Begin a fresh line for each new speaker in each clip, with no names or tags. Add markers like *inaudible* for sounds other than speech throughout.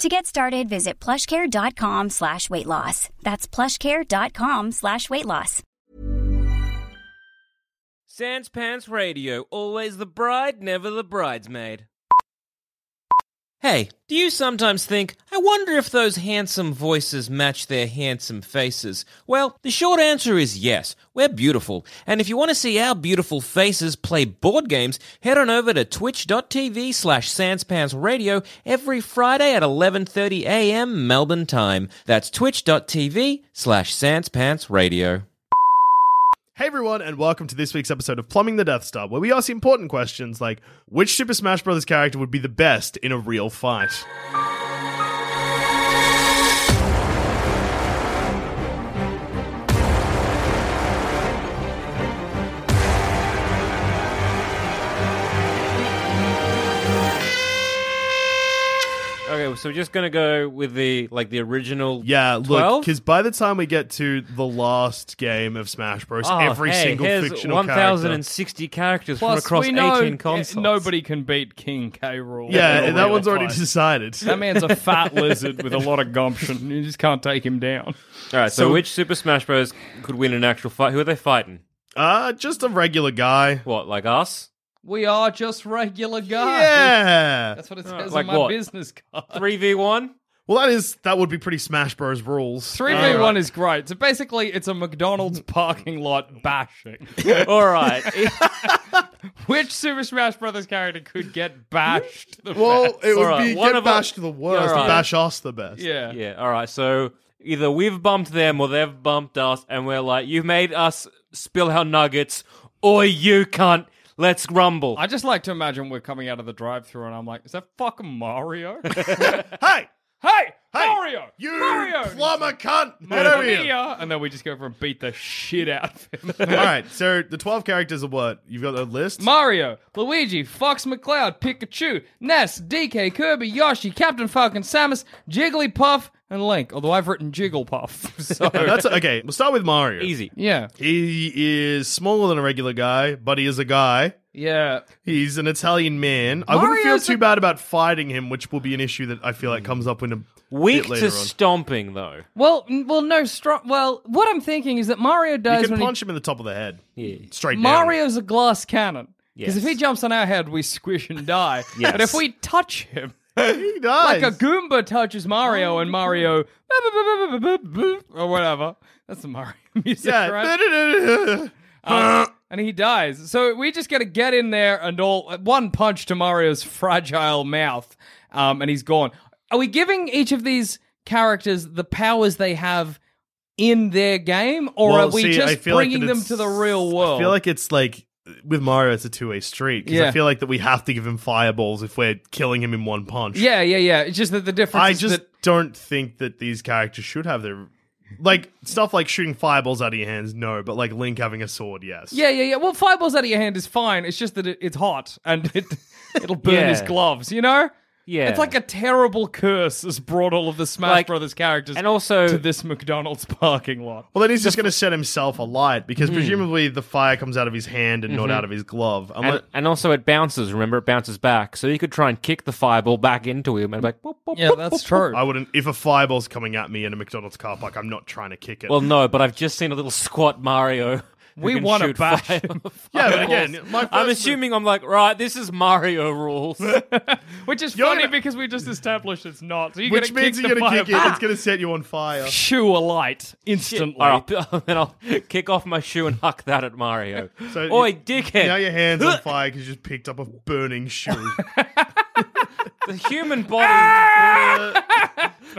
To get started, visit plushcare.com slash weight loss. That's plushcare.com slash weight loss.
Sans Pants Radio, always the bride, never the bridesmaid. Hey, do you sometimes think, I wonder if those handsome voices match their handsome faces? Well, the short answer is yes. We're beautiful. And if you want to see our beautiful faces play board games, head on over to twitch.tv slash sanspantsradio every Friday at 11.30 a.m. Melbourne time. That's twitch.tv slash sanspantsradio.
Hey everyone, and welcome to this week's episode of Plumbing the Death Star, where we ask important questions like which Super Smash Bros. character would be the best in a real fight?
Okay, so we're just going to go with the, like, the original
Yeah, look,
12?
because by the time we get to the last game of Smash Bros.,
Oh,
every
hey,
single
here's
fictional character.
1,060 characters from
Plus,
across
we know
18 consoles.
nobody can beat King K. Rule.
Yeah,
In a
that
real
one's already
fight.
decided.
*laughs* That man's a fat lizard with a lot of gumption. You just can't take him down.
All right, so,
So-
which Super Smash Bros. could win an actual fight? Who are they fighting?
*laughs* Uh, just a regular guy.
What, like us?
We are just regular guys.
Yeah.
That's what it
Uh,
says
like
on my
what?
business card.
3v1?
Well, that is that would be pretty Smash Bros. rules. Uh,
Three v one is great. So basically, it's a McDonald's parking lot bashing.
All right.
*laughs* Which Super Smash Brothers character could get bashed? The
Well,
best?
it would
Alright,
be
one
get
of us-
bashed the worst,
Alright.
bash us the best.
yeah.
yeah, all right. So either we've bumped them or they've bumped us, and we're like, you've made us spill our nuggets, or you can't. Let's rumble.
I just like to imagine we're coming out of the drive-through, and I'm like, "Is that
*laughs*
fucking Mario? hey,
Hey,
Mario!
you
Mario!
plumber cunt! Head
Come
over
here.
here.
And then we just go for a beat the shit out of him. *laughs*
All right, so the twelve characters are what you've got the list.
Mario, Luigi, Fox McCloud, Pikachu, Ness, DK, Kirby, Yoshi, Captain Falcon, Samus, Jigglypuff, and Link. Although I've written Jigglepuff, *laughs* so
Oh, *laughs* That's okay. We'll start with Mario.
Easy.
yeah,
He is smaller than a regular guy, but he is a guy.
yeah.
He's an Italian man. I wouldn't feel
Mario's
too
a-
bad about fighting him, which will be an issue that I feel like comes up in a
Weak
bit
to
later on.
stomping, though.
Well, n- well, no strong. Well, what I'm thinking is that Mario
you
does
can
when he-
punch him in the top of the head. Yeah. Straight down.
Mario's a glass cannon.
Yes.
Because if he jumps on our head, we squish
*laughs*
and die.
Yes.
But if we touch him,
*laughs* He dies.
like a Goomba touches
Oh,
Mario and Mario or whatever. That's the Mario *laughs* music,
yeah.
right?
*laughs*
Um,
Uh,
And he dies. So we just gotta get in there and all one punch to Mario's fragile mouth, um, and he's gone. Are we giving each of these characters the powers they have in their game, or
Well,
are we
see, I
just
feel like
bringing
that
them
it's-
to the real world?
I feel like it's like with Mario, it's a two way street. 'cause I
Yeah.
feel like that we have to give him fireballs if we're killing him in one punch.
yeah, yeah, yeah. It's just that the difference.
I
is
just
that-
don't think that these characters should have their like stuff like shooting fireballs out of your hands. No, but like Link having a sword, yes.
Yeah, yeah, yeah. Well, fireballs out of your hand is fine. It's just that it, it's hot and it *laughs* it'll burn
Yeah.
his gloves. You know.
Yeah.
It's like a terrible curse has brought all of the Smash
Like-
Brothers characters
and also-
to this McDonald's *laughs* parking lot.
Well, then he's just going to set himself alight
Hmm.
because presumably the fire comes out of his hand and
Mm-hmm.
not out of his glove. I'm
And,
like,
and also, it bounces. Remember, it bounces back, so you could try and kick the fireball back into him, and like, boop, boop,
Yeah,
boop,
that's
boop,
true.
I wouldn't. If a fireball's coming at me in a McDonald's car park, I'm not trying to kick it.
Well, no, but I've just seen a little squat Mario *laughs*
We
can
want to
shoot
bash
fire- *laughs*
him.
*laughs* Yeah, but
fireballs.
again, my
I'm
first-
assuming I'm like, right, this is Mario
*laughs*
rules.
*laughs* Which is
You're
funny
gonna-
because we just established it's not. So you're
Which
gonna
means
kick
you're
the
going to kick it.
fireball.
It's
*laughs*
going to set you on fire.
Shoo alight instantly.
All right, *laughs* then I'll kick off my shoe and huck that at Mario.
*laughs* So you-
Oi, dickhead!
Now your
*laughs*
hand's on fire because you just picked up a burning shoe.
the
*laughs*
human body,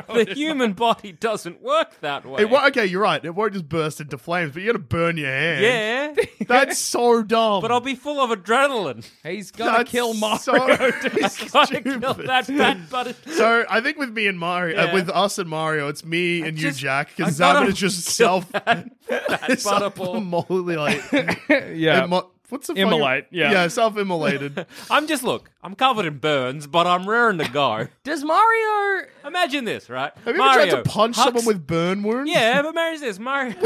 the human body doesn't work that way.
Ah! it won't, okay, you're right. It won't just burst into flames, but you're going to burn your hand.
yeah,
That's so dumb.
but I'll be full of adrenaline. *laughs*
He's gonna
That's
kill Mario.
*laughs* So
Gotta kill
stupid.
that fat button.
So I think with me and Mario, uh,
Yeah.
with us and Mario, it's me and
just-
you, Jack,
I
because
gotta
Zaman is just
kill
self. *laughs*
That butterball.
*laughs* yeah.
Immo- what's the
Immolate,
Fucking,
yeah.
*laughs*
yeah, self-immolated.
I'm just look. I'm covered in burns, but I'm raring to go.
Does Mario?
Imagine this, right?
Have you
Mario
ever tried to punch
hucks-
someone with burn wounds?
Yeah, but Mary's this Mario *laughs*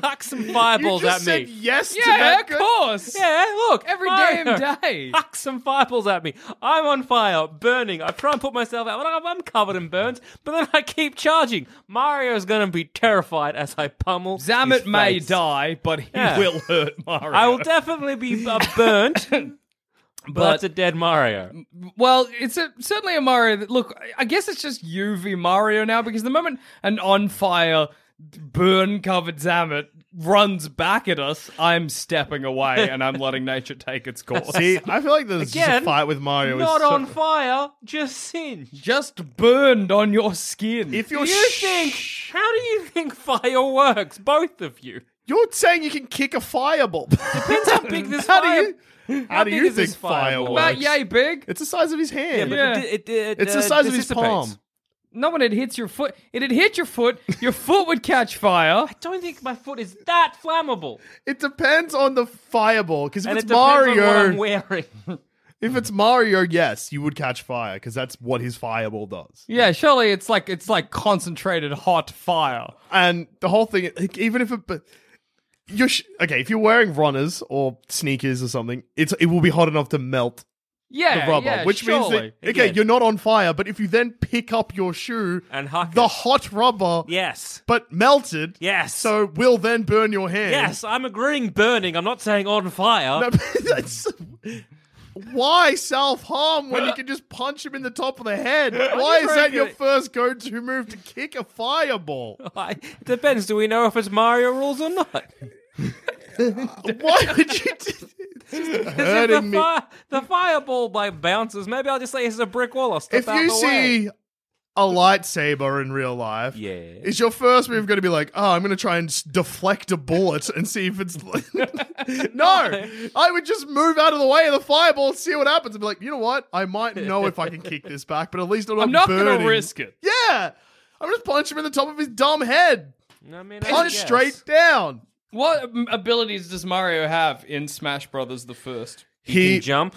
hucks some
you
fireballs
just
at
said
me.
yes to
Yeah,
that.
of course.
Yeah, look
Every
Mario
damn day.
*laughs* Hucks some fireballs at me. I'm on fire, burning. I try and put myself out, but I'm- I'm covered in burns. But then I keep charging. Mario's gonna be terrified as I pummel. his
Zamet may
face.
die, but he
Yeah.
will hurt Mario.
I will definitely be uh,
*laughs*
burnt. But that's a dead Mario.
Well, it's a, certainly a Mario. That, look, I- I guess it's just UV Mario now because the moment an on fire, burn covered Zamet runs back at us, I'm stepping away and I'm *laughs* letting nature take its course.
See, *laughs* I feel like there's just
Again,
a fight with Mario. is
Not
so-
on fire, just singed.
just burned on your
*laughs*
skin.
If
Do
you're
you
Oh, sh-
think? How do you think fire works? Both of you.
you're saying you can kick a fireball, *laughs*
Depends how big this
How do
fire.
you-
how
how do
big
you
is this
think fire
fireball?
about
works?
yay big,
it's the size of his hand.
Yeah.
it- it-
it's
uh,
the size of his
dissipates.
palm.
no one it hits your foot. It'd hit your foot. Your foot would catch fire.
I don't think my foot is that flammable.
It depends on the fireball. Because if
and
it's
it depends
Mario,
on what I'm wearing. *laughs*
If it's Mario, yes, you would catch fire because that's what his fireball does.
Yeah, surely it's like it's like concentrated hot fire.
And the whole thing, like, even if it, but you're sh- okay. If you're wearing runners or sneakers or something, it's it will be hot enough to melt the
Yeah,
rubber,
yeah,
which
surely.
means that okay,
Again.
you're not on fire. But if you then pick up your shoe
And huck
the
it.
hot rubber,
Yes.
but melted,
Yes.
so will then burn your hand. *laughs*
Yes, I'm agreeing burning. I'm not saying on fire.
No, but that's- why self harm when you can just punch him in the top of the
*laughs*
head? Why is that your
reckon-
first go to move to kick a
*laughs*
fireball?
I- it depends. Do we know if it's Mario rules or
*laughs*
not?
Why would you? Do- it's just
If the,
hurting me.
fi- the fireball by bounces, maybe I'll just say it's a brick wall. I'll step
If
out
you
the way.
see a lightsaber in real life,
Yeah.
is your first move going to be like, oh, I'm going to try and s- deflect a bullet and see if it's?
*laughs*
*laughs* no, I would just move out of the way of the fireball and see what happens. And be like, you know what? I
*laughs*
might know if I can kick this back, but at least I'm not,
I'm not
burning.
gonna risk it.
Yeah, I'm just punch him in the top of his dumb head.
I mean, I
Punch
guess.
straight down.
What um, abilities does Mario have in Smash Brothers the first?
He
He,
can jump,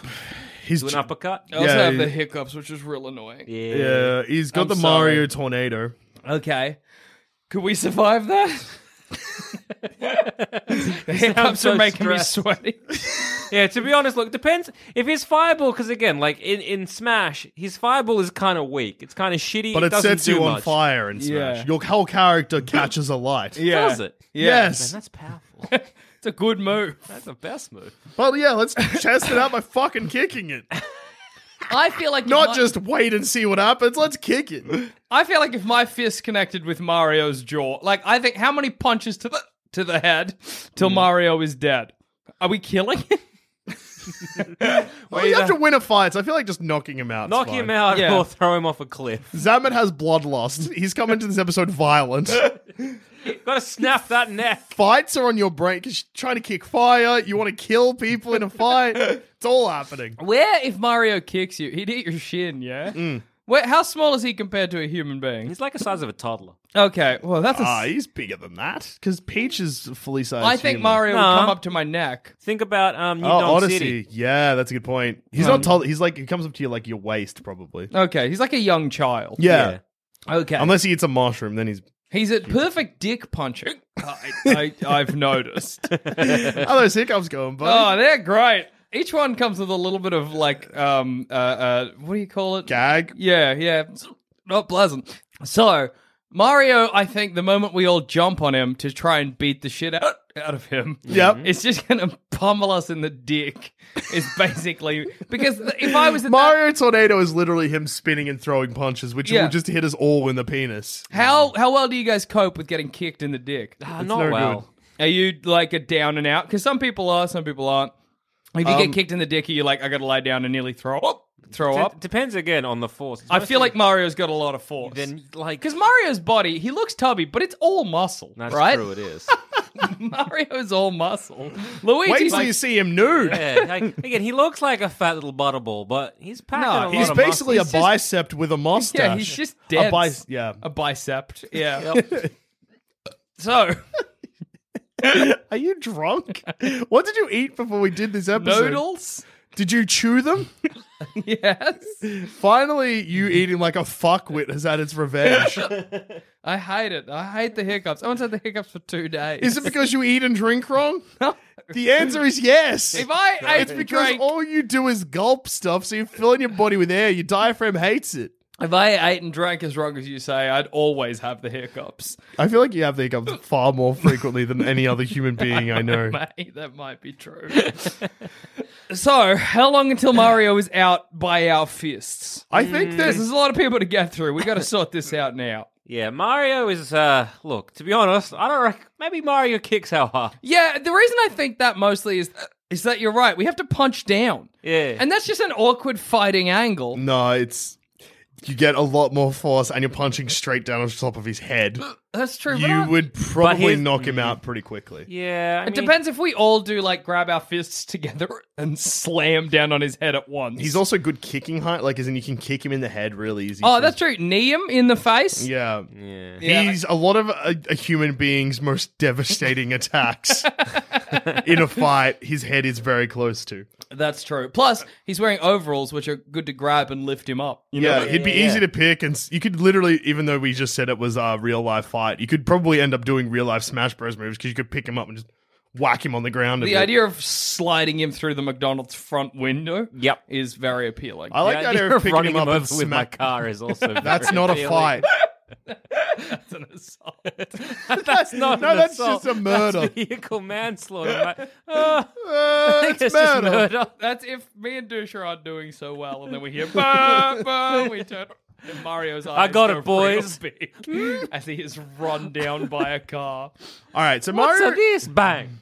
he's
do an uppercut.
I also
Yeah,
have
he-
the hiccups, which is real annoying.
yeah, he's got
I'm
the
sorry.
Mario tornado.
Okay. Could we survive *laughs* that? the hiccups
so
are making
stressed.
me *laughs* sweaty.
Yeah, to be honest, look, depends if his fireball. Because again, like in, in Smash, his fireball is kind of weak. It's kind of shitty.
But it,
doesn't
sets
do
you on
much.
fire and Smash.
Yeah.
Your whole character catches a
*laughs*
light.
Does it? Man,
Yes.
that's *laughs* powerful.
It's a good move.
that's the best move.
Well, yeah, let's test it out by fucking kicking it.
I feel like if
Not
my-
just wait and see what happens. Let's kick it.
I feel like if my fist connected with Mario's jaw, like I think how many punches to the to the head till Mario is dead? Are we killing him?
Well, you have to win a fight, so I feel like just knocking him out.
Knock him out
Yeah.
or throw him off a *laughs* cliff.
Zaman has bloodlust. He's come into this episode violent.
Gotta snap that neck.
Fights are on your brain because you're trying to kick fire. You want to kill people in a fight. It's all happening.
*laughs* Where if Mario kicks you, he'd eat your shin, yeah? Mm.
Mm.
Where, how small is he compared to a human being?
He's like the size of a toddler.
Okay, well that's a
Ah,
s-
he's bigger than that because Peach is a fully sized.
I think
human.
Mario
Nah.
would come up to my neck.
Think about um, New
Oh,
Donk
Odyssey.
City.
Yeah, that's a good point. He's not tall. He's like he comes up to you like your waist, probably.
Okay, he's like a young child.
Yeah.
Okay.
Unless he eats a mushroom, then he's.
he's at perfect dick punching. I, I, I've noticed.
Oh, those hiccups going, buddy.
Oh, they're great. Each one comes with a little bit of like um uh, uh what do you call it?
Gag.
Yeah, yeah. It's Not pleasant. So Mario, I think the moment we all jump on him to try and beat the shit out, out of him,
Yep.
*laughs* it's just gonna pummel us in the dick. Is basically because th- if I was at that-
Mario Tornado is literally him spinning and throwing punches, which
Yeah.
will just hit us all in the penis.
how how well do you guys cope with getting kicked in the dick?
Ah, not
no
well.
good.
Are you like a down and out? Because some people are, some people aren't. If you
Um,
get kicked in the dick, are you like, I gotta lie down and nearly throw up? Throw
D-
up?
depends again on the force. *laughs* It's
I feel
mostly
like Mario's got a lot of force.
then like
Because Mario's body, he looks tubby, but it's all muscle,
that's
right? *laughs*
true. It is. *laughs*
Mario's all muscle. Luigi's
Wait till
like-
you see him nude.
yeah, like, again, he looks like a fat little butterball, but he's packing
No,
a lot
He's
of
basically
muscle.
a bicep with a mustache.
*laughs* yeah, he's just dead.
A bi- yeah.
a bicep. Yeah.
Yep.
*laughs* so
*laughs* Are you
*laughs*
drunk? what did you eat before we did this *laughs* episode?
noodles. *laughs*
Did you chew them?
Yes.
Finally, you eating like a fuckwit has had its
*laughs*
revenge.
I hate it. I hate the hiccups. I once had the hiccups for two days.
is it because you eat and drink wrong? The answer is yes.
if I ate
it's
and
because
drank,
all you do is gulp stuff, so you're filling your body with air. Your diaphragm hates it.
if I ate and drank as wrong as you say, I'd always have the hiccups. *laughs*
I feel like you have the hiccups far more frequently than any other
*laughs*
human being I know.
Mate, that might
*laughs*
be true. so, how long until Mario is out by our fists?
I think
Because
there's
there's a lot of people to get through. We got
*laughs*
to sort this out now.
Yeah, Mario is. uh Look, to be honest, I don't. Rec- maybe Mario kicks our hard.
Yeah, the reason I think that mostly is is that you're right. We have to punch down.
Yeah.
And that's just an awkward fighting angle.
no. It's you get a lot more force, and you're punching straight down on top of his head.
That's true. but Mm. I-
You would probably
here's-
knock him out pretty quickly.
yeah, I
It
mean,
depends if we all do like grab our fists together *laughs* and slam down on his head at once.
He's also good kicking height, like as in you can kick him in the head really easy.
oh, that's true. Knee him in the face.
yeah.
Yeah.
Yeah.
He's a lot of uh, a, a human being's most devastating
*laughs*
attacks in a fight. His head is very close to.
That's true. Plus, he's wearing overalls, which are good to grab and lift him up. You know?
Yeah, it'd be
yeah,
easy to pick, and s- you could literally, even though we just said it was a real life fight, you could probably end up doing real life Smash Bros moves because you could pick him up and just whack him on the ground. a
The
bit.
idea of sliding him through the McDonald's front window
Yep.
is very appealing.
I like
The
the idea
idea
of picking
running
him up
him
and
over with my
smack.
car is also.
*laughs* That's
very
not a
appealing.
fight.
That's an assault.
*laughs*
*laughs*
That's not.
No,
an
that's
assault.
just a murder. *laughs*
That's vehicle manslaughter. mate. Oh,
Uh,
it's
it's
just
murder.
murder.
That's if me and Dush are not doing so well, and then we hear bah, bah, we turn and Mario's eyes.
got
go
it, boys.
real big as he is run down by a car.
All right, so
What's
Mario,
this? Bang.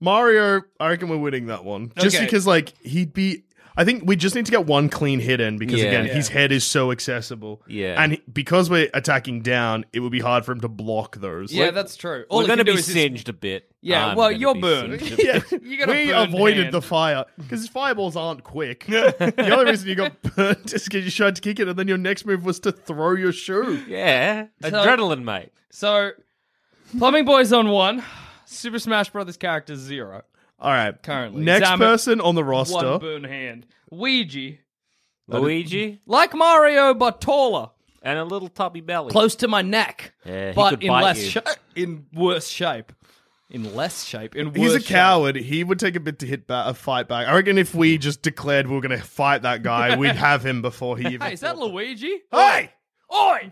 Mario, I reckon we're winning that one just
Okay.
because, like, he'd be. I think we just need to get one clean hit in because,
Yeah.
again,
Yeah.
his head is so accessible.
Yeah.
and he- because we're attacking down, it would be hard for him to block those.
Yeah, that's true. All
We're
he
going to
can do
be
is just-
singed a bit.
Yeah,
I'm
well,
gonna
you're
be
burned. *laughs*
singed a bit.
*laughs* Yeah.
You got a
we
burned
avoided
hand.
the fire because fireballs aren't
*laughs*
quick. the only reason you got burnt is because you tried to kick it, and then your next move was to throw your shoe.
Yeah, adrenaline, mate.
So, plumbing boys on one, Super Smash Brothers character zero.
All right,
Currently.
next
Zama-
person on the
One
roster.
burn hand. Ouija,
Luigi
like Mario but taller,
and a little tubby belly.
close to my neck,
Yeah, he
but
could
in
bite
less
you.
shape, in worse shape, in less shape, in worse.
He's a
shape.
coward. He would take a bit to hit back, a fight back. I reckon if we just declared we were going to fight that
*laughs*
guy, we'd have him before he even.
Hey, is that Luigi?
*laughs* hey,
Oi!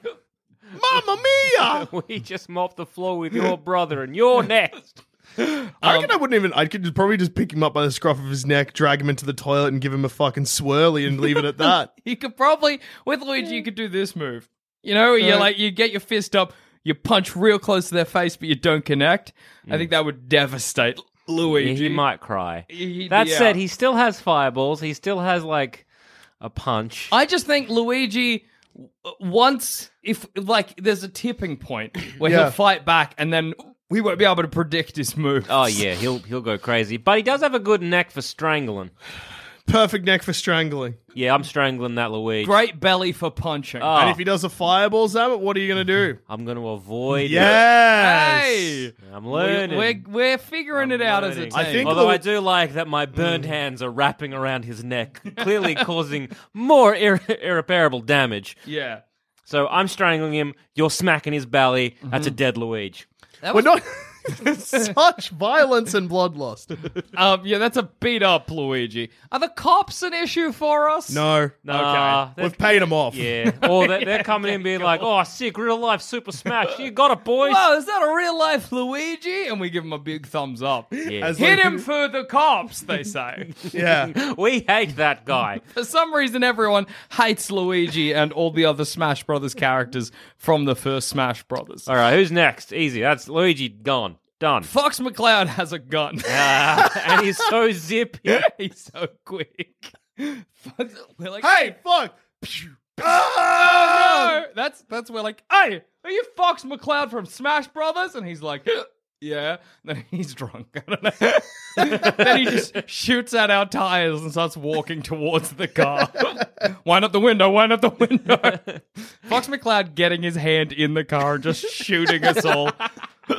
Mamma Mia!
*laughs*
*laughs*
Um,
We just mopped the floor with your brother and you're next.
I reckon I wouldn't even. I could just probably just pick him up by the scruff of his neck, drag him into the toilet, and give him a fucking swirly and leave it at
*laughs*
that.
You could probably with Luigi, you could do this move. You know, you like you get your fist up, you punch real close to their face, but you don't connect. I think that would devastate
Yeah, he
Luigi.
might cry.
He-
That
yeah.
said, he still has fireballs. He still has like a punch.
I just think Luigi w- once if like there's a tipping point where
Yeah.
he'll fight back and then we won't be able to predict his move.
Oh yeah, he'll he'll go crazy. But he does have a good neck for strangling.
Perfect neck for strangling.
Yeah, I'm strangling that Luigi.
Great belly for punching.
Oh,
And if he does a fireball, Zab, what are you going to do?
*laughs*
I'm going to avoid.
Yes.
hey!
it. I'm
We're,
learning.
we're, we're figuring it out as a
learning.
team.
I think-
Although
Lu-
I do like that my
Mm.
burned hands are wrapping around his
*laughs*
neck, clearly causing more ir- irreparable damage.
yeah. Mm-hmm.
So I'm strangling him. You're smacking his belly. That's a dead Luigi.
That
We're
was
not. *laughs* Such violence and
*laughs*
bloodlust.
Um, yeah, that's a beat up Luigi. Are the cops an issue for us?
No.
No,
Ah,
okay.
We've paid him off.
yeah. Or they're,
*laughs*
they're coming in being like, oh, sick, real life Super Smash. You got it, boys.
Whoa, is that a real life Luigi? And we give him a big thumbs up.
Yeah.
As
Hit
like-
him for the cops, they say.
*laughs*
*laughs*
Yeah.
We hate that guy.
for some reason, everyone hates Luigi and all the other Smash Brothers characters from the first Smash Brothers.
All right, who's next? Easy. That's Luigi gone.
*laughs*
Done.
Fox McCloud has a gun.
Ah.
Uh, and he's so zippy.
*laughs* He's so quick. *laughs* Fox- We're like,
Hey, fuck. Oh,
Oh, no! That's that's where like, hey, are you Fox McCloud from Smash Brothers? And he's like, *gasps* yeah. then he's drunk. *laughs* I
*laughs*
don't know. then he just shoots at our tires and starts walking towards
*laughs*
the car. wind up the window. Wind up the window. *laughs* Fox McCloud getting his hand in the car and just shooting
*laughs*
us all. *laughs*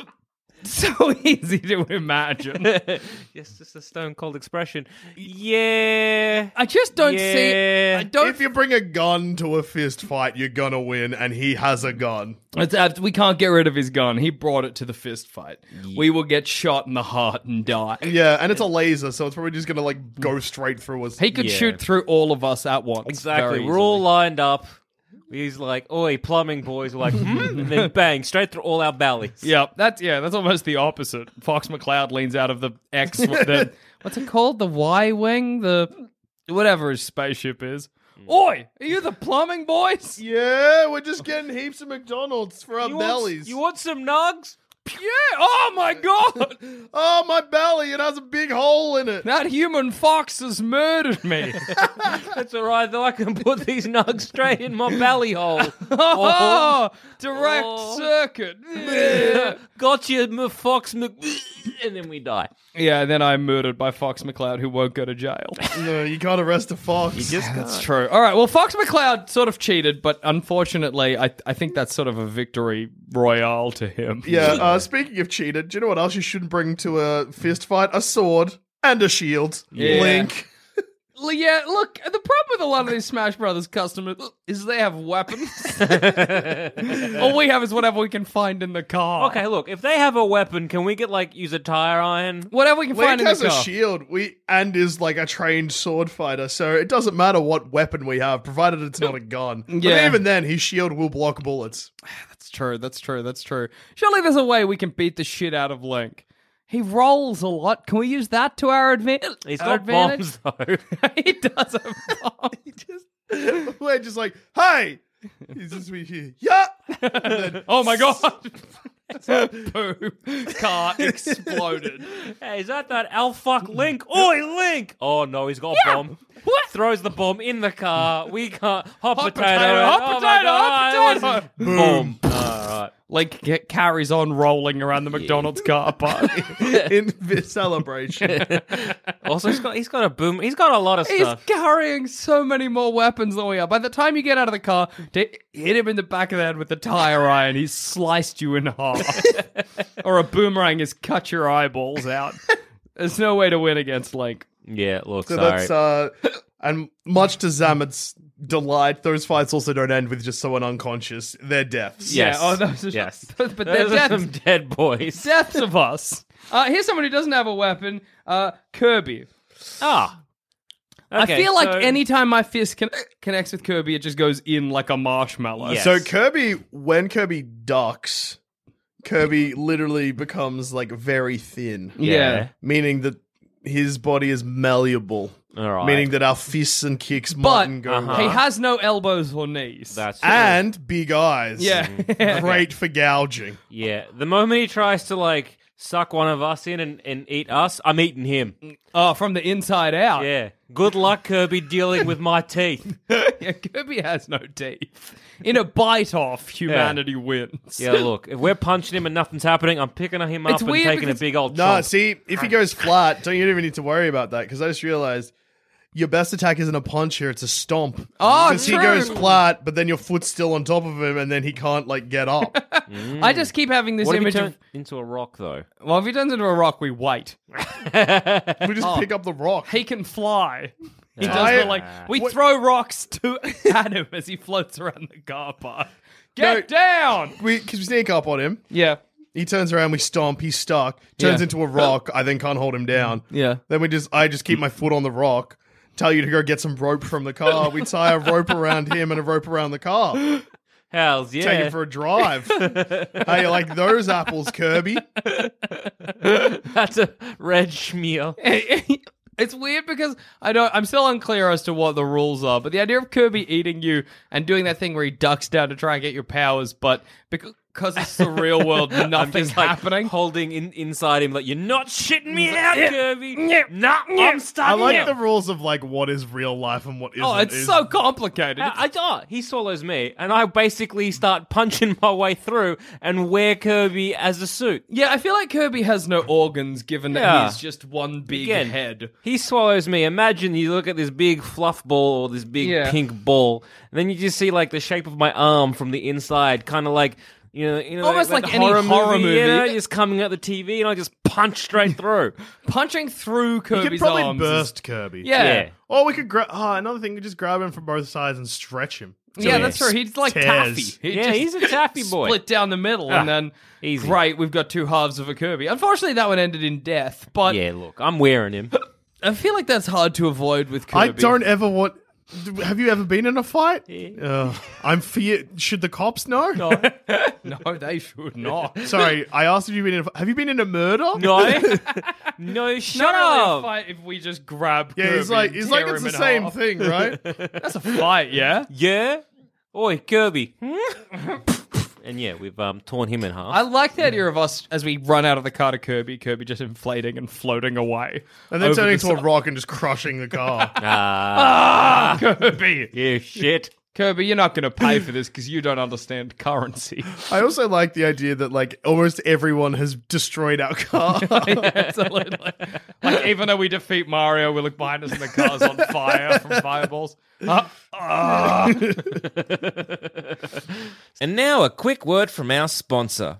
so easy to imagine.
*laughs*
yes, just a stone cold expression. Yeah.
I just don't see.
Yeah.
I don't.
If you bring a gun to a fist fight, you're gonna win, and he has a gun.
It's, uh, we can't get rid of his gun. He brought it to the fist fight. We will get shot in the heart and die.
Yeah, and it's a laser, so it's probably just gonna like go straight through us.
He could
Yeah.
shoot through all of us at once.
Exactly.
very
We're all
easily.
lined up. He's like, oi, plumbing boys. We're like, hmm? And then bang, straight through all our bellies.
Yeah, that's yeah, that's almost the opposite. Fox McCloud leans out of the
*laughs*
X. the, what's it called? The Y wing. The whatever his spaceship is.
Mm.
Oi, are you the
*laughs*
plumbing boys?
yeah, we're just getting heaps of McDonald's for our
You want,
bellies.
you want some nugs?
Yeah. Oh my god,
oh, my belly! It has a big hole in it.
that human fox has
*laughs*
murdered me.
That's all right, though. I can put these nugs straight in my belly hole.
*laughs* oh, *laughs* direct
Oh.
circuit. Yeah.
*laughs* gotcha, m- *laughs* Fox Mc... And then we die.
Yeah, and then I'm murdered by Fox McCloud, who won't go to jail.
no, you can't arrest a fox.
that's true. All right, well, Fox McCloud sort of cheated, but unfortunately, I, I think that's sort of a victory royale to him.
*laughs* yeah. Uh, speaking of cheated, do you know what else you shouldn't bring to a fist fight? A sword and a shield.
Yeah.
Link.
*laughs* L- Yeah, look, the problem with a lot of these Smash Brothers customers is they have weapons. All we have is whatever we can find in the car.
Okay, look, if they have a weapon, can we get, like, use a tire iron?
Whatever we can find
Link
in the
has a
car.
shield. We and is like a trained sword fighter, so it doesn't matter what weapon we have, provided it's not a gun. But
Yeah.
even then, his shield will block bullets. *laughs*
that's true, that's true, that's true. Surely there's a way we can beat the shit out of Link. He rolls a lot. Can we use that to our, advan-
He's
our
got
advantage?
bombs, *laughs* though.
*laughs* he does have
*laughs*
bombs.
We're just like, hey, he's just we hear,
*laughs*
yeah.
Oh my god!
*laughs*
Poo. Car exploded.
Hey, is that that I'll fuck
*laughs*
Link? Oi, Link! Oh no, he's got a bomb.
What?
Throws the bomb in the car. We
*laughs*
can't. Hot,
Hot
potato.
potato, hot
Oh my
potato,
God,
hot
it was-
potato.
Boom. All right.
Like get, carries on rolling around the McDonald's car
*laughs*
park. *laughs*
in this celebration.
Also, he's got he's got a boom. He's got a lot of
He's
stuff.
carrying so many more weapons than we are. By the time you get out of the car, to hit him in the back of the head with the tire iron, he's sliced you
*laughs*
in half. or a boomerang has cut your
*laughs*
eyeballs out. There's no way to win against Link.
Yeah, look,
so
sorry.
that's uh, and much to Zamet's delight, those fights also don't end with just someone unconscious. They're deaths.
yes.
Yeah, oh, those are-
yes.
*laughs* but- but
Those
they're
are
dead.
some dead boys.
Deaths of us. Uh, here's someone who doesn't have a weapon. Uh, Kirby.
Ah.
I feel like anytime my fist con- connects with Kirby, it just goes in like a marshmallow.
Yes.
So Kirby, when Kirby ducks, Kirby literally becomes like very thin,
Yeah.
meaning that his body is malleable,
All right.
meaning that our fists and kicks
But
mutton go.
uh-huh.
he
well.
has no elbows or knees.
that's true.
and big eyes.
yeah. *laughs*
Great for gouging.
yeah. The moment he tries to like suck one of us in and, and eat us, I'm eating him.
oh, from the inside out.
Yeah. Good luck, Kirby, dealing with my
*laughs*
teeth.
Yeah, Kirby has no teeth. In a bite off, humanity wins.
Yeah, look, if we're punching him and nothing's happening, I'm picking him up
It's
and
weird
taking a
because-
big old
No,
chunk.
see, if he goes flat, don't you don't even need to worry about that because I just realized your best attack isn't a punch here; it's a stomp.
Oh,
because he
true.
goes flat, but then your foot's still on top of him, and then he can't like get
*laughs*
up.
I just keep having this
what if he
image
turned
of.
into a rock, though?
Well, if he turns into a rock, we wait.
we just pick up the rock.
He can fly. He does
I-
the, like we throw rocks to *laughs* at him as he floats around the car park. Get down.
We because we sneak up on him.
Yeah.
He turns around, we stomp, he's stuck, turns
Yeah.
into a rock, I then can't hold him down.
Yeah.
Then we just I just keep my foot on the rock, tell you to go get some rope from the car. We tie a rope around him and a rope around the car.
Hells yeah.
Take him for a drive. How you like those apples, Kirby?
*laughs* That's a red schmeal.
*laughs* it's weird because I don't. I'm still unclear as to what the rules are. But the idea of Kirby eating you and doing that thing where he ducks down to try and get your powers, but because it's the real world,
*laughs* I'm
nothing's
just like
happening.
holding in, inside him like you're not shitting me out, Kirby. No, I'm stuck.
I like
here."
the rules of like what is real life and what isn't.
oh, it's
is-
so complicated.
I, I- oh, he swallows me, and I basically start punching my way through and wear Kirby as a suit.
yeah, I feel like Kirby has no organs, given
Yeah.
that he's just one big
Again.
head.
He swallows me. Imagine you look at this big fluff ball or this big
Yeah.
pink ball, and then you just see like the shape of my arm from the inside, kind of like you know, you know,
Almost like any horror
you know,
movie.
just coming at the TV, and I just punch
*laughs*
straight through.
Punching through
You
Kirby's
could probably
arms. is-
burst Kirby.
Yeah.
Yeah.
Or we could grab. Oh, another thing, we could just grab him from both sides and stretch him. So
yeah,
he
that's true. He's like
tears.
taffy. He
yeah,
just-
he's a taffy boy. Ah,
*laughs* split down the middle, and then
easy.
great, we've got two halves of a Kirby. Unfortunately, that one ended in death, but
Yeah, look, I'm wearing
*laughs*
him.
I feel like that's hard to avoid with Kirby.
I don't ever want. Have you ever been in a fight? Ugh, I'm fear. Should the cops know? No.
*laughs* No, they should not.
*laughs* Sorry, I asked if you've been in. A, have you been in a murder?
No, no, shut
Not really a
up.
fight if we just grab.
Yeah,
Kirby
he's like,
and
he's like,
tear
it's
him
the
in
same
half.
thing,
*laughs*
right?
That's a
*laughs*
fight, yeah.
Yeah. Oi,
*laughs*
Kirby. and yeah, we've um, torn him in half.
I like the idea of us as we run out of the car to Kirby, Kirby just inflating and floating away,
And then
over
turning
the
into a rock and just crushing the
*laughs*
car.
Ah,
side. Kirby.
you shit.
Kirby, you're not going
*clears throat*
to pay for this because you don't
*laughs*
understand currency.
I also like the idea that like almost everyone has destroyed our car.
*laughs* Absolutely. Like, even though we defeat Mario, we look behind us and the car's on fire from fireballs. Uh,
And now a quick word from our sponsor.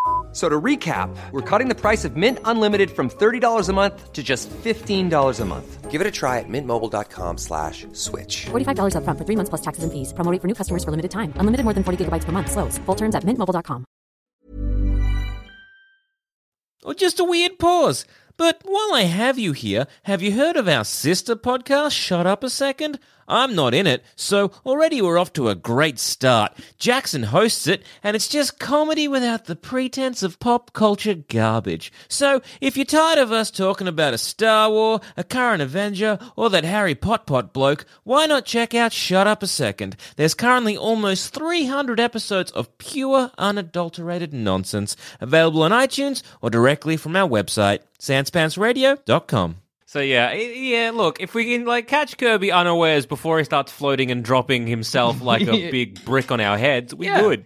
So to recap, we're cutting the price of Mint Unlimited from $30 a month to just $15 a month. Give it a try at mintmobile.com slash switch.
$45 upfront for three months plus taxes and fees. Promo rate for new customers for limited time. Unlimited more than 40 gigabytes per month. Slows. Full terms at mintmobile.com.
Or just a weird pause. But while I have you here, have you heard of our sister podcast, Shut Up a Second? I'm not in it, so already we're off to a great start. Jackson hosts it, and it's just comedy without the pretense of pop culture garbage. So if you're tired of us talking about a Star War, a current Avenger, or that Harry Potpot bloke, why not check out Shut Up a Second? There's currently almost 300 episodes of pure, unadulterated nonsense available on iTunes or directly from our website, sanspantsradio.com.
So yeah, i- yeah. Look, if we can like catch Kirby unawares before he starts floating and
*laughs*
dropping himself like a big brick on our heads, we
Yeah.
would.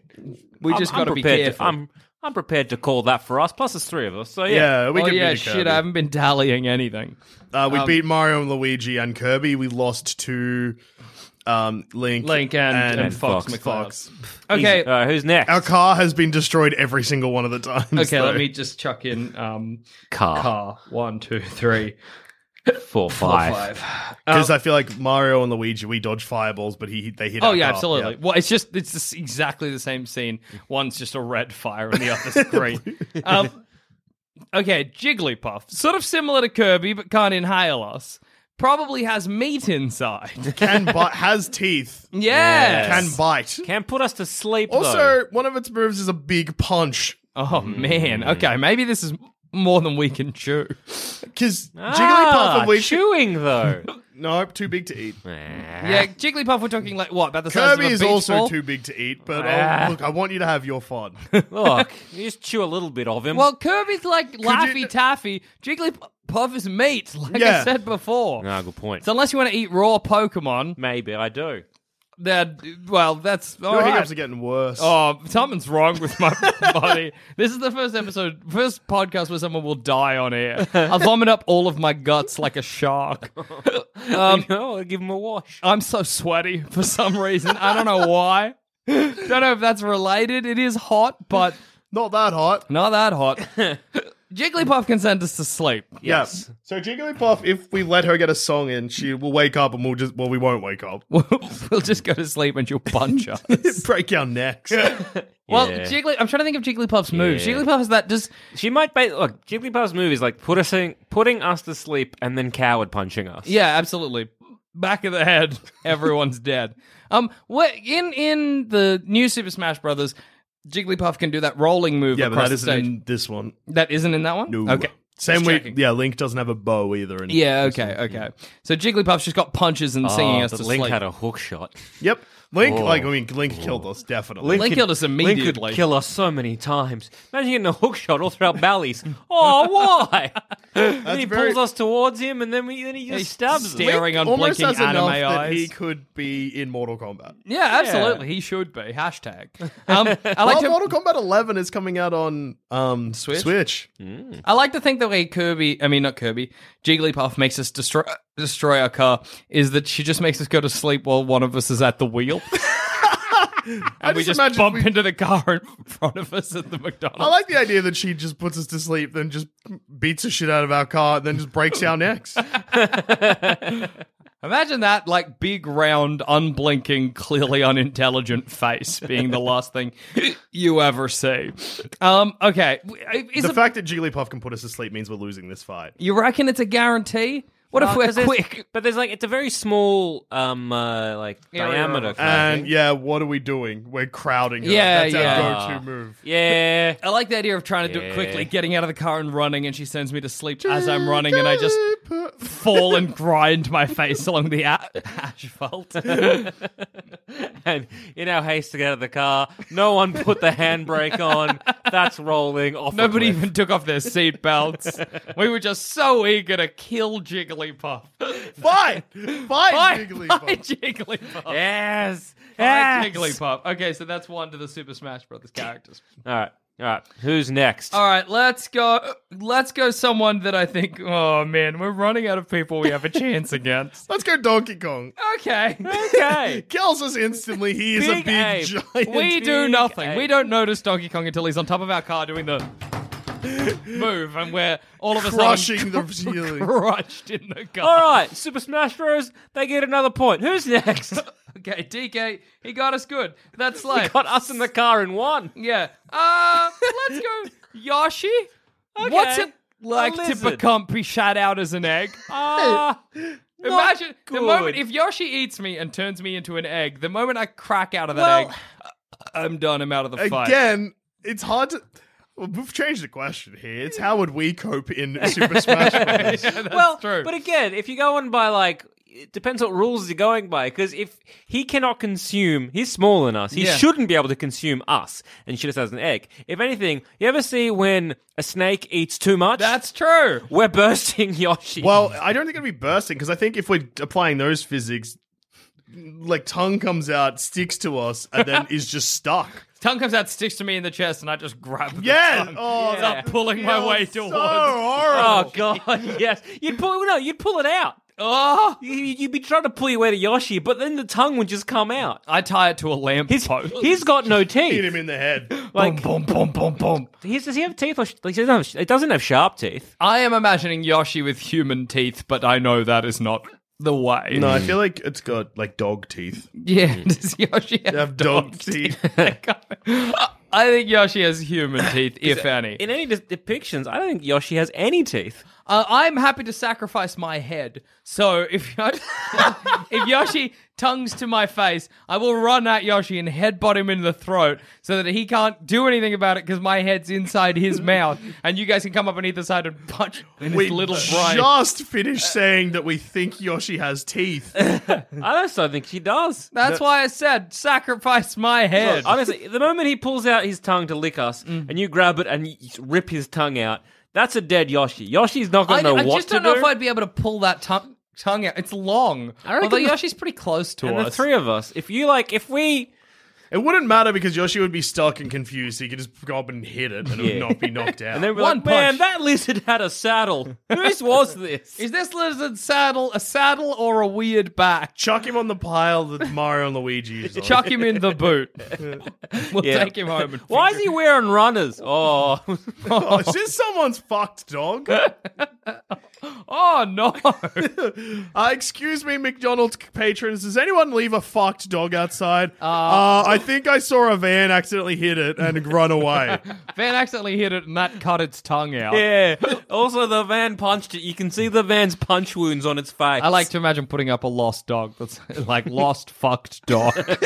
we
I'm-
just
I'm
got to be
prepared to-
careful.
I'm I'm prepared to call that for us. Plus, there's three of us. So yeah,
yeah, we
oh,
could
yeah,
beat a
shit,
Kirby.
I haven't been tallying anything.
*laughs* Uh,
Um,
we beat Mario and Luigi and Kirby. We lost to um, Link,
Link and, and, Fox,
Fox.
McCloud.
Fox.
Okay,
Easy. Uh, who's next?
Our car has been destroyed every single one of the times.
okay,
though.
let me just chuck in um,
Car.
car. One, two, three,
Four,
four,
five.
five.
Because I feel like Mario and Luigi, we dodge fireballs, but he they hit.
Uh, Oh
our
yeah,
car.
absolutely. Well, it's just it's just exactly the same scene. One's just a red fire and
*laughs*
the other's green. um, okay, Jigglypuff, sort of similar to Kirby, but can't inhale us. Probably has meat inside. *laughs*
Can bite has teeth.
Yes.
Can bite.
Can put us to sleep. though.
Also, one of its moves is a big punch.
oh man.
Hmm.
Okay, maybe this is more than we can chew.
Because Jigglypuff
ah,
and Luigi.
chewing
*laughs*
though.
Nope, too big to eat.
Yeah, Jigglypuff. We're talking like what about the size
Eh? Kirby
of a
is
beach
also
ball? Ah.
too big to eat, but I'll- look, I want you to have your
*laughs*
fun.
look, you just chew a little bit of him.
Well, Kirby's like Laffy
you-
Taffy. Jigglypuff is meat, *laughs* like I
Yeah.
said before.
ah, good point.
So unless you want to eat raw Pokemon,
Maybe I do.
then well, that's all
Your
right.
hiccups are getting worse.
Oh, something's wrong with
*laughs*
my body. This is the first episode, first podcast where someone will die on air. I vomit up all of my guts like a shark.
*laughs* Um, no, I'll give him a wash.
I'm so sweaty for some reason. I don't know why. Don't know if that's related. It is hot, but
Not that hot.
not that *laughs* hot. Jigglypuff can send us to sleep. *laughs*
Yes. So Jigglypuff, if we let her get a song in, she will wake up, and we'll just well, we won't wake up. *laughs*
we'll just go to sleep and you'll punch us.
Break our necks.
*laughs* Well,
Yeah.
Jiggly, I'm trying to think of Jigglypuff's moves.
Yeah.
Jigglypuff is that just
She might ba look. Jigglypuff's move is like put us in, putting us to sleep and then coward punching us.
yeah, absolutely. Back of the head, *laughs* everyone's dead. Um, what in in the new Super Smash Brothers, Jigglypuff can do that rolling move
yeah, but that
across the
isn't
stage.
in this one.
That isn't in that one.
No.
Okay.
Same
Just
way.
checking.
Yeah, Link doesn't have a bow either. And
Yeah. Okay. Okay. So Jigglypuff's just got punches and singing
Oh,
us
but
to
Link
sleep.
had a hook shot.
Yep. Link, like I mean, Link killed us definitely.
Oh. Link
could-
killed us
Link
immediately.
could kill us so many times. Imagine getting a hook shot all throughout *laughs* Bally's. Oh, *laughs* why? then he
very-
pulls us towards him, and then we then he just
He's
stabs us.
staring on
almost
blinking
has
anime
enough that
eyes.
he could be in Mortal Kombat.
yeah, absolutely. He should be. Hashtag. Um, I like
Well,
to.
Mortal Kombat 11 is coming out on um,
Switch? Hmm.
Switch.
I like to think the way Kirby, I mean not Kirby, Jigglypuff makes us destroy destroy our car is that she just makes us go to sleep while one of us is at
*laughs*
the wheel. *laughs*
I
we just
imagine
bump
we-
into the car in front of us at the McDonald's.
I like the idea that she just puts us to sleep, then just beats the shit out of our car, and then just breaks our necks.
Imagine that, like big, round, unblinking, clearly unintelligent face being the
*laughs*
last thing you ever see. Um, okay, *laughs* is
the
it-
fact that Jigglypuff can put us to sleep means we're losing this fight.
you reckon it's a guarantee? What
Uh,
if we're
Uh, 'Cause there's-
quick?
But there's like it's a very small um uh, like
Area.
diameter. kind of
And
thing.
yeah, what are we doing? We're crowding. Her.
Yeah,
That's
yeah.
our go-to move.
yeah. *laughs*
I like the idea of trying to do it
Yeah.
quickly, getting out of the car and running, and she sends me to sleep as I'm running, and I just fall and grind my face *laughs* along the a- asphalt.
And in our haste to get out of the car, no one put the handbrake on. That's rolling off. a
Nobody
cliff. *laughs*
even took off their seatbelts. we were just so eager to kill Jigglypuff. *laughs*
Fight, fight,
Bye,
Jigglypuff.
bye,
*laughs*
Jigglypuff.
Yes.
Bye,
yes.
Jigglypuff. Okay, so that's one to the Super Smash Brothers characters.
All right. All right. Who's next?
All right, let's go. Let's go. Someone that I think. Oh man, we're running out of people we have a chance against.
Let's go, Donkey Kong.
*laughs* Okay.
Okay.
Kills us instantly. He is a
Big
big
ape.
giant.
*laughs* We do
Big
nothing.
ape.
We don't notice Donkey Kong until he's on top of our car doing the *laughs* move, and we're all of a
crushing
sudden
the ceiling.
*laughs* crushed in the car.
All right, Super Smash Bros. They get another point. Who's
*laughs*
next?
Okay, DK, he got us good. That's
they
like
got us in the car in one.
Yeah. Uh, let's go,
*laughs*
Yoshi. What's it like to
lizard.
become be shot out as
*laughs*
an egg?
Ah,
Imagine the
good.
moment if Yoshi eats me and turns me into an egg. The moment I crack out of that
Well-
egg, I'm done. I'm out of the fight.
Again, it's hard to. Well, we've changed the question here. It's how would we cope
*laughs*
in Super Smash Bros.
well,
true.
but again, if you go on by like, it depends what rules you're going by. Because if he cannot consume, he's smaller than us. He
Yeah.
shouldn't be able to consume us, and shit us as an egg. If anything, you ever see when a snake eats too much?
That's true.
we're bursting *laughs* Yoshi.
Well, I don't think it'd be bursting because I think if we're applying those physics, like tongue comes out, sticks to us, and then is just stuck.
Tongue comes out, sticks to me in the chest, and I just grab the
Yes.
tongue.
Oh,
*laughs* Start
that
pulling my way
feels so
towards.
horrible.
oh god, *laughs* yes, you'd pull no, you'd pull it out.
Oh,
You- You'd be trying to pull your way to Yoshi, but then the tongue would just come out.
I tie it to a lamp
He's
post. *laughs*
he's got no
Hit
teeth.
him in the head.
Like
boom, boom, boom, boom.
he's, does he have teeth? Or sh- like, he doesn't have, sh- it doesn't have sharp teeth.
I am imagining Yoshi with human teeth, but I know that is not the way.
No, I feel like it's got like dog teeth.
Yeah, *laughs* does Yoshi have,
They have
dog,
dog
teeth?
teeth.
*laughs* I think Yoshi has human teeth, if any.
In any dis- depictions, I don't think Yoshi has any teeth.
Uh, I'm happy to sacrifice my head. So if *laughs* Yoshi, if Yoshi tongues to my face, I will run at Yoshi and headbutt him in the throat so that he can't do anything about it because my head's
*laughs*
inside his mouth, and you guys can come up on either side and punch in his little brain.
just finished saying that we think Yoshi has teeth.
I also think she does.
That's why I said sacrifice my head.
Look, honestly, the moment he pulls out his tongue to lick us, and you grab it and you you rip his tongue out, that's a dead Yoshi. Yoshi's not
I,
going to know
I
what
just
to
don't know
do.
if I'd be able to pull that tongue tongue out. It's long.
reckon
Although
the-
Yoshi's pretty close to
and the
us.
three of us, if you like, if we.
If It wouldn't matter because Yoshi would be stuck and confused. He could just go up and hit it and it would not be knocked out.
And they were
One
like, man,
punch.
that lizard had a saddle. *laughs* Whose was this?
Is this lizard saddle a saddle or a weird back?
Chuck him on the pile that Mario and Luigi is on.
Chuck him in the boot.
*laughs*
we'll
*laughs* Yeah.
take him home. And
*laughs* Why is
figure-
he wearing runners? Oh,
Oh, is this someone's fucked dog?
Oh no! *laughs*
Uh, excuse me, McDonald's patrons. Does anyone leave a fucked dog outside? Uh, I think I saw a van accidentally hit it and run away.
Van accidentally hit it and that cut its tongue
*laughs*
out.
yeah. *laughs* Also, the van punched it. You can see the van's punch wounds on its face.
I like to imagine putting up a lost dog. That's *laughs* like lost fucked dog.
*laughs*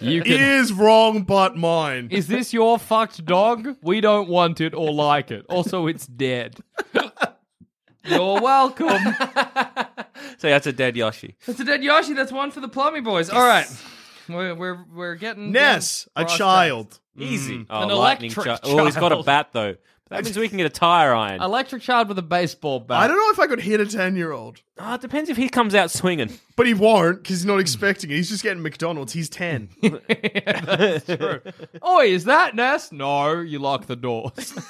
you can.
is wrong, but mine.
Is this your fucked dog? We don't want it or like it. Also, it's dead. *laughs* You're welcome.
So that's a dead Yoshi.
That's a dead Yoshi. That's one for the plumbing boys. All right. We're, we're, we're getting.
Ness,
down
a
brass
child.
Easy.
An
Oh, lightning
electric
chi- Oh, he's got a
child.
bat, though. That means we can get a tire iron.
tacks. Electric child with a baseball bat.
I don't know if I could hit a 10 year old,
Oh, it depends if he comes out swinging.
but he won't because he's not expecting it. He's just getting McDonald's.
*laughs*
He's 10.
Oi, is that Ness? No, you lock
*laughs*
the doors.
Also,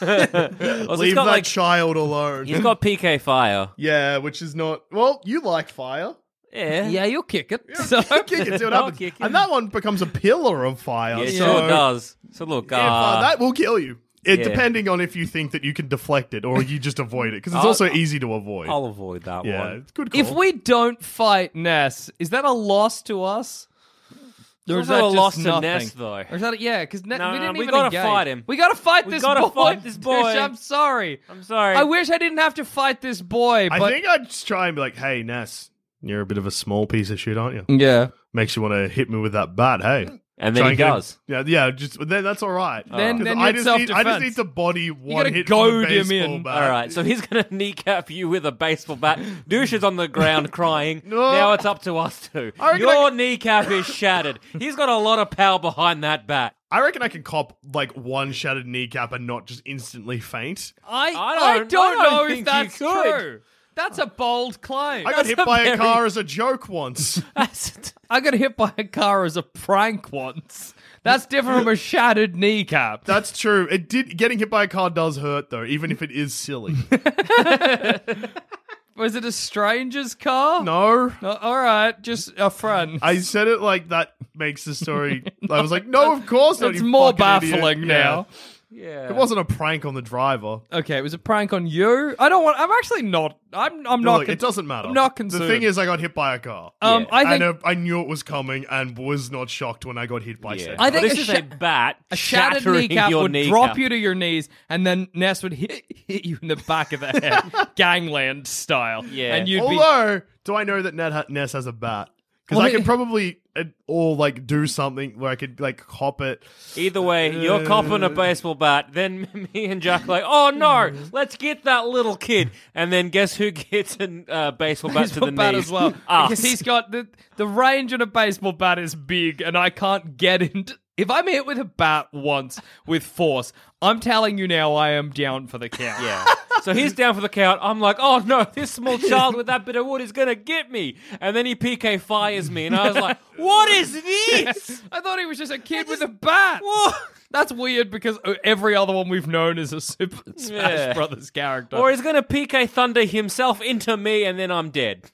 he's
Leave
got
that
like
child alone.
he's got PK fire.
*laughs* yeah, which is not. Well, you like
*laughs*
fire.
Yeah.
*laughs* yeah, you'll kick it.
*laughs*
So,
Kick it, see what
I'll
happens.
kick it.
And that one becomes a pillar of fire.
Yeah, it
so
sure does. So look,
if, uh,
uh,
that will kill you. It,
yeah.
Depending on if you think that you can deflect it or you just avoid it, because it's
I'll-
also easy to avoid.
I'll avoid that
yeah,
one.
it's good call.
if we don't fight Ness, is that a loss to us? Or
It's
is
also a
that just
loss to
nothing?
Ness, though.
Or is that, yeah, because ne-
No,
we
no,
didn't
no, we
even
gotta
engage.
fight him.
We gotta fight
We
this
gotta
boy.
fight
*laughs*
this boy.
Dush, I'm sorry.
I'm sorry.
I wish I didn't have to fight this boy,
I
but
think I'd just try and be like, "Hey, Ness, you're a bit of a small piece of shit, aren't you?
yeah.
Makes you want to hit me with that bat, hey?"
and
Try
then he
and get him-
does.
Yeah, yeah. Just then that's all right. Uh,
Then-
'Cause
then
I
you're
just need, I just
self-defense.
need to body one
gotta
hit from a
goad him
baseball
in.
bat.
All right, so he's going to *laughs* kneecap you with a baseball
*laughs*
bat. Douche is on the ground crying. Now it's up to us two.
I reckon I-
Your kneecap is shattered. He's got a lot of power behind that bat.
I reckon I can cop like one shattered kneecap and not just instantly faint.
I
I
I
don't-
don't,
I don't
know
think you
if that's
could.
true. That's a bold claim.
I got
That's
hit
a
by
very-
a car as a joke once.
That's-
*laughs* I got hit by a car as a prank once. That's different from a shattered kneecap.
That's true. It did getting hit by a car does hurt though, even if it is
*laughs*
silly.
Was it a stranger's car?
no.
No, all right, just a friend.
I said it like that makes the story. I was like, no, of course not.
it's
you
more
fucking idiot."
baffling
Yeah.
now.
It wasn't a prank on the driver.
Okay, it was a prank on you. I don't want. I'm actually not. I'm. I'm not.
Look,
con-
it doesn't matter.
I'm not
The
concerned.
thing is, I got hit by a car.
um, I
and
think
uh, I knew it was coming and was not shocked when I got hit by
Yeah.
yeah.
I think
this
a
is
sha-
a bat
a shattered
shattering
kneecap
your
would
kneecap.
drop you to your knees, and then Ness would hit, hit you in the back of
*laughs*
the head, gangland style.
Yeah.
and you'd *laughs* be.
Although, do I know that Ned ha- Ness has a bat? Because
Well,
I can
he-
probably uh, or like do something where I could like hop it.
Either way, you're copping a baseball bat. Then *laughs* me and Jack like, oh no, let's get that little kid. And then guess who gets a uh, baseball bat to
Baseball
the
bat
knees?
as well
*laughs* Us.
because *laughs* he's got the the range on a baseball bat is big, and I can't get into. If I'm hit with a bat once with force, I'm telling you now, I am down for the count.
Yeah. So he's down for the count. I'm like, oh no, this small child with that bit of wood is gonna get me. And then he PK fires me, and I was like, *laughs* what is
*laughs*
this?
I thought he was just a kid with a bat.
What?
That's weird because uh, every other one we've known is a Super Smash
Yeah.
Brothers character.
Or he's gonna PK Thunder himself into me, and then I'm dead.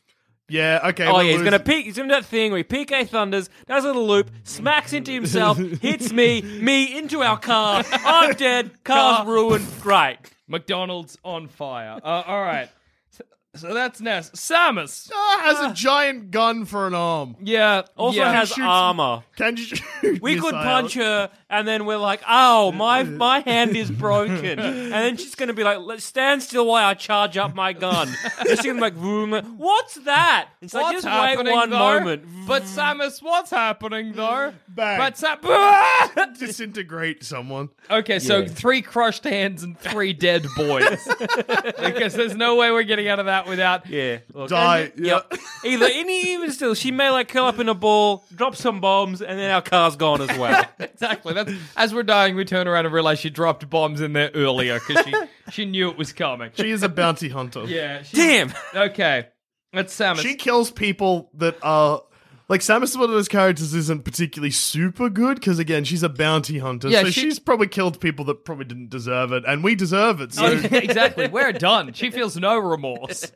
Yeah, okay.
oh
we're
yeah, he's gonna
losing.
peek. He's doing that thing where he PK Thunders, does a little loop, smacks into
*laughs*
himself, hits me, me into our car. I'm dead. Car's
Car.
ruined. Great.
McDonald's on fire. Uh, all right. So, so that's Ness. Samus.
Ah, has a giant gun for an arm.
Yeah.
Also
yeah.
has
shoots-
armor.
Can you shoot *laughs*
We could
missiles?
punch her, and then we're like, "Oh, my my hand is
*laughs*
broken," and then she's gonna be like, "Let's stand still while I charge up my
*laughs*
gun." And she's gonna be like, "Vroom, "What's that?" It's like,
What's
just wait
happening,
one
though?
moment.
But Samus, what's happening though?
Bang.
But Sam-
disintegrate someone.
okay, so three crushed hands and three dead
*laughs*
boys. because there's no way we're getting out of that without.
Yeah. Look,
Die. Yeah.
Yep. Either any even still, she may like curl up in a ball, drop some bombs, and then our car's gone as
*laughs*
well.
Exactly. That's as we're dying, we turn around and realize she dropped bombs in there earlier because
*laughs*
she she knew it was coming.
She is a bounty hunter.
yeah. She,
Damn.
Okay. That's Samus.
She kills people that are Like Samus, one of those characters, isn't particularly super good because again, she's a bounty hunter,
Yeah,
so
she-
she's probably killed people that probably didn't deserve it, and we deserve it. So
*laughs*
Oh,
exactly. We're done. She feels no *laughs* remorse.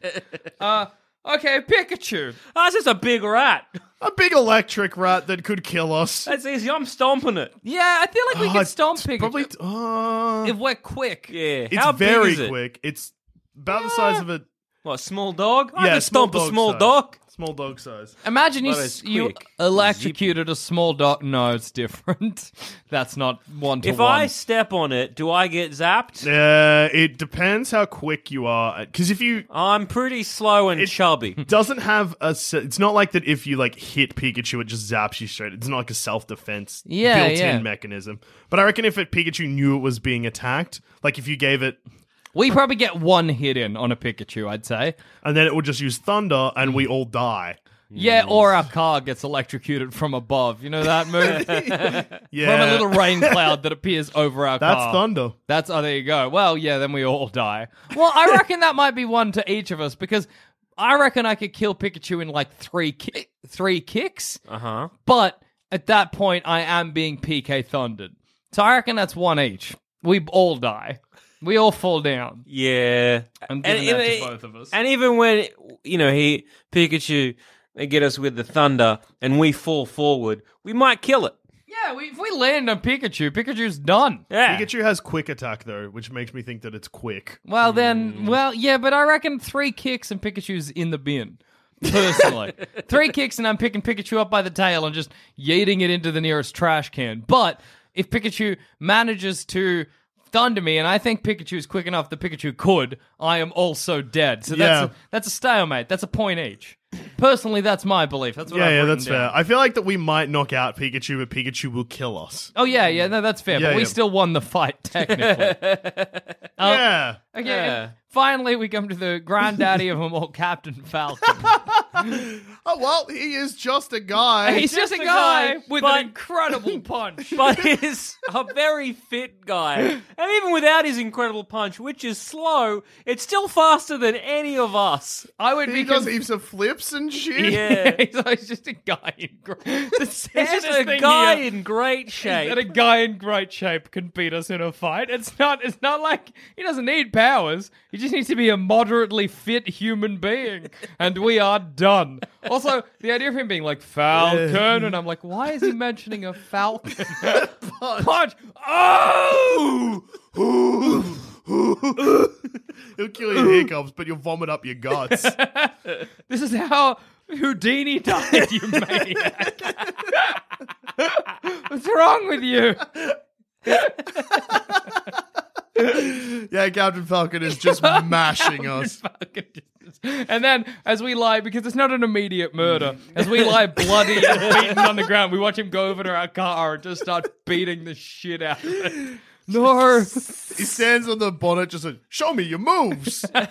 Uh, okay, Pikachu.
Ah, That's just a big rat.
a big electric rat that could kill us.
That's easy. I'm stomping it.
Yeah, I feel like we
Oh,
can stomp
it's
Pikachu
Probably. uh,
if we're quick.
Yeah.
it's
How
very
big is it?
quick. It's about the size of a
What, a small dog? I
Yeah,
could
small
stomp a
dog
small
size.
dog.
small dog size.
Imagine you,
But
s-
it's
you
quick.
electrocuted a small dot. No, it's different. *laughs* That's not one to
If
one.
I step on it, do I get zapped?
Uh, it depends how quick you are, because if you
I'm pretty slow and
*laughs*
chubby.
doesn't have a. se- It's not like that. If you like hit Pikachu, it just zaps you straight. It's not like a self defense
Yeah,
built-in
yeah.
mechanism. But I reckon if it, Pikachu knew it was being attacked, like if you gave it,
we probably get one hit in on a Pikachu, I'd say.
and then it would just use thunder, and we all die.
Yeah, or our car gets electrocuted from above. You know
*laughs*
that move?
Yeah,
From a little rain cloud that appears over our
that's
car.
thunder.
That's oh, there you go. Well, yeah, then we all *laughs* die. Well, I reckon that might be one to each of us because I reckon I could kill Pikachu in like three ki- three kicks. Uh huh. But at that point, I am being PK thundered, so I reckon that's one each. We all die. We all fall down.
Yeah.
I'm giving that to
even-
both of us.
And even when you know he Pikachu they get us with the thunder and we fall forward, we might kill it.
yeah, we, if we land on Pikachu, Pikachu's done.
Yeah.
Pikachu has quick attack though, which makes me think that it's quick.
Well,
Mm.
then, well, yeah, but I reckon three kicks and Pikachu's in the bin.
*laughs*
Personally, three kicks and I'm picking Pikachu up by the tail and just yeeting it into the nearest trash can. But if Pikachu manages to thunder me, and I think Pikachu is quick enough that Pikachu could, I am also dead. So that's
Yeah.
a, that's a stalemate. That's a point each. Personally, that's my belief. That's what
Yeah,
I've
yeah,
written
that's
down.
fair. I feel like that we might knock out Pikachu, but Pikachu will kill us.
Oh yeah, yeah, no, that's fair.
Yeah,
but we
yeah.
still won
*laughs*
the fight technically. Oh.
yeah.
Okay. and Finally, we come to the granddaddy of them all,
*laughs*
Captain Falcon.
Oh well, he is just a guy.
*laughs* He's just, a guy, with an incredible punch.
but he's a very fit guy. And even without his incredible punch, which is slow, it's still faster than any of us.
I would
he
be *laughs*
does
conf-
heaps of flips and shit.
Yeah.
*laughs* he's like, "It's just a guy in *laughs* great. The
It's just
saddest
a
thing
guy
here
in great
is that a
shape.
guy in great shape can beat us in a fight. It's not. It's not like he doesn't need powers. He just needs to be a moderately fit human being, and we are done. Also, the idea of him being like Falcon, and I'm like, why is he mentioning a *laughs* Falcon? punch. Oh.
*laughs* He'll kill your hiccups, but you'll vomit up your guts.
This is how Houdini *laughs* died, you maniac. *laughs* What's wrong with you? *laughs*
yeah, Captain Falcon is just mashing us.
And then, as we lie, because it's not an immediate murder, as we
*laughs*
lie bloody and beaten on the ground, we watch him go over to our car and just start beating the shit out of it. *laughs* No.
He stands on the bonnet, just like, show me your moves. and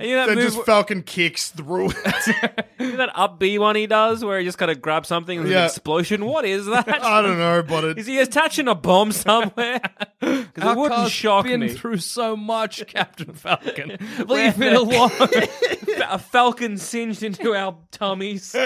You know that, move,
just Falcon kicks through it. *laughs*
that up B one he does where he just kind of grabs something and there's
Yeah.
an explosion? What
*laughs*
is that?
I don't know, but
Is
*laughs* it,
he attaching a bomb
*laughs*
somewhere? Because it wouldn't
car's
shock
been
me.
through so much,
*laughs*
Captain Falcon. Leave it alone.
a falcon singed into our tummies,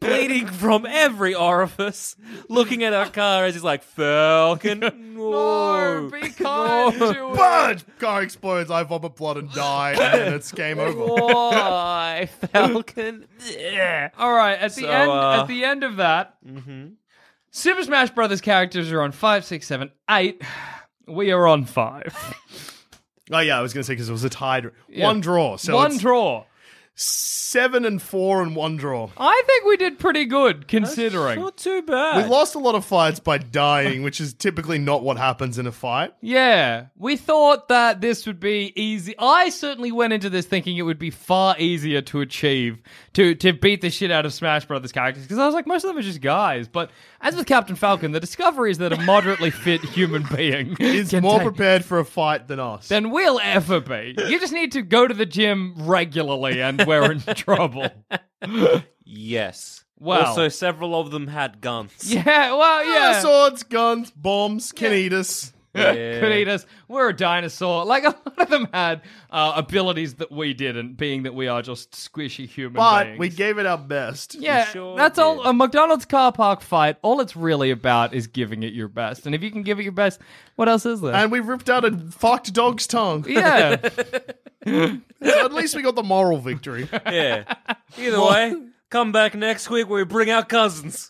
bleeding from every orifice, looking at our car as he's like, Falcon.
No,
No,
be kind to it.
Budge! Car explodes, I vomit blood and die, and then it's game over.
Why, Falcon? Yeah.
All right. At the
So,
end,
uh,
at the end of that, Super Smash Brothers characters are on five, six, seven, eight. We are on five.
Oh, yeah, I was going to say because it was a tied.
Yeah.
One draw. So
One
it's
draw.
Seven and four and one draw.
I think we did pretty good considering.
Not too
We
bad.
lost a lot of fights by dying, which is typically not what happens in a fight.
Yeah, we thought that this would be easy. I certainly went into this thinking it would be far easier to achieve to to beat the shit out of Smash Brothers characters because I was like most of them are just guys. But as with Captain Falcon, the discovery is that a moderately fit human being
Is
can
more
take-
prepared for a fight than us.
than we'll ever be. You just need to go to the gym regularly and we're in trouble.
yes.
Wow.
Also, several of them had guns.
Yeah, well,
Yeah,
yeah.
swords, guns, bombs can eat us.
could eat us. We're a dinosaur. Like a lot of them had uh, abilities that we didn't, being that we are just squishy human
But
beings.
we gave it our best.
yeah,
sure
that's all.
did.
A McDonald's car park fight. All it's really about is giving it your best. And if you can give it your best, what else is there?
And we ripped out a fucked dog's
*laughs*
tongue. *laughs*
yeah,
So at least we got the moral
*laughs*
victory.
*laughs* Yeah. Either way, come back next week where we bring our cousins.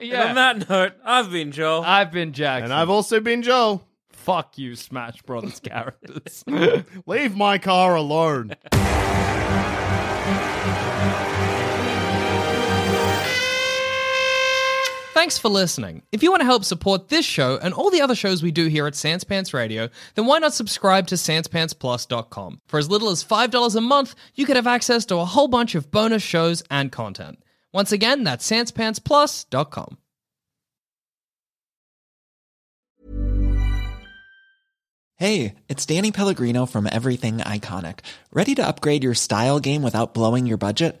yeah.
On that note, I've been Joel.
I've been Jackson.
And I've also been
*laughs*
Joel.
Fuck you, Smash Brothers characters.
Leave my car alone.
Thanks for listening. If you want to help support this show and all the other shows we do here at Sans Pants Radio, then why not subscribe to SansPantsPlus.com? For as little as $5 a month, you could have access to a whole bunch of bonus shows and content. Once again, that's SansPantsPlus.com.
Hey, it's Danny Pellegrino from Everything Iconic. Ready to upgrade your style game without blowing your budget?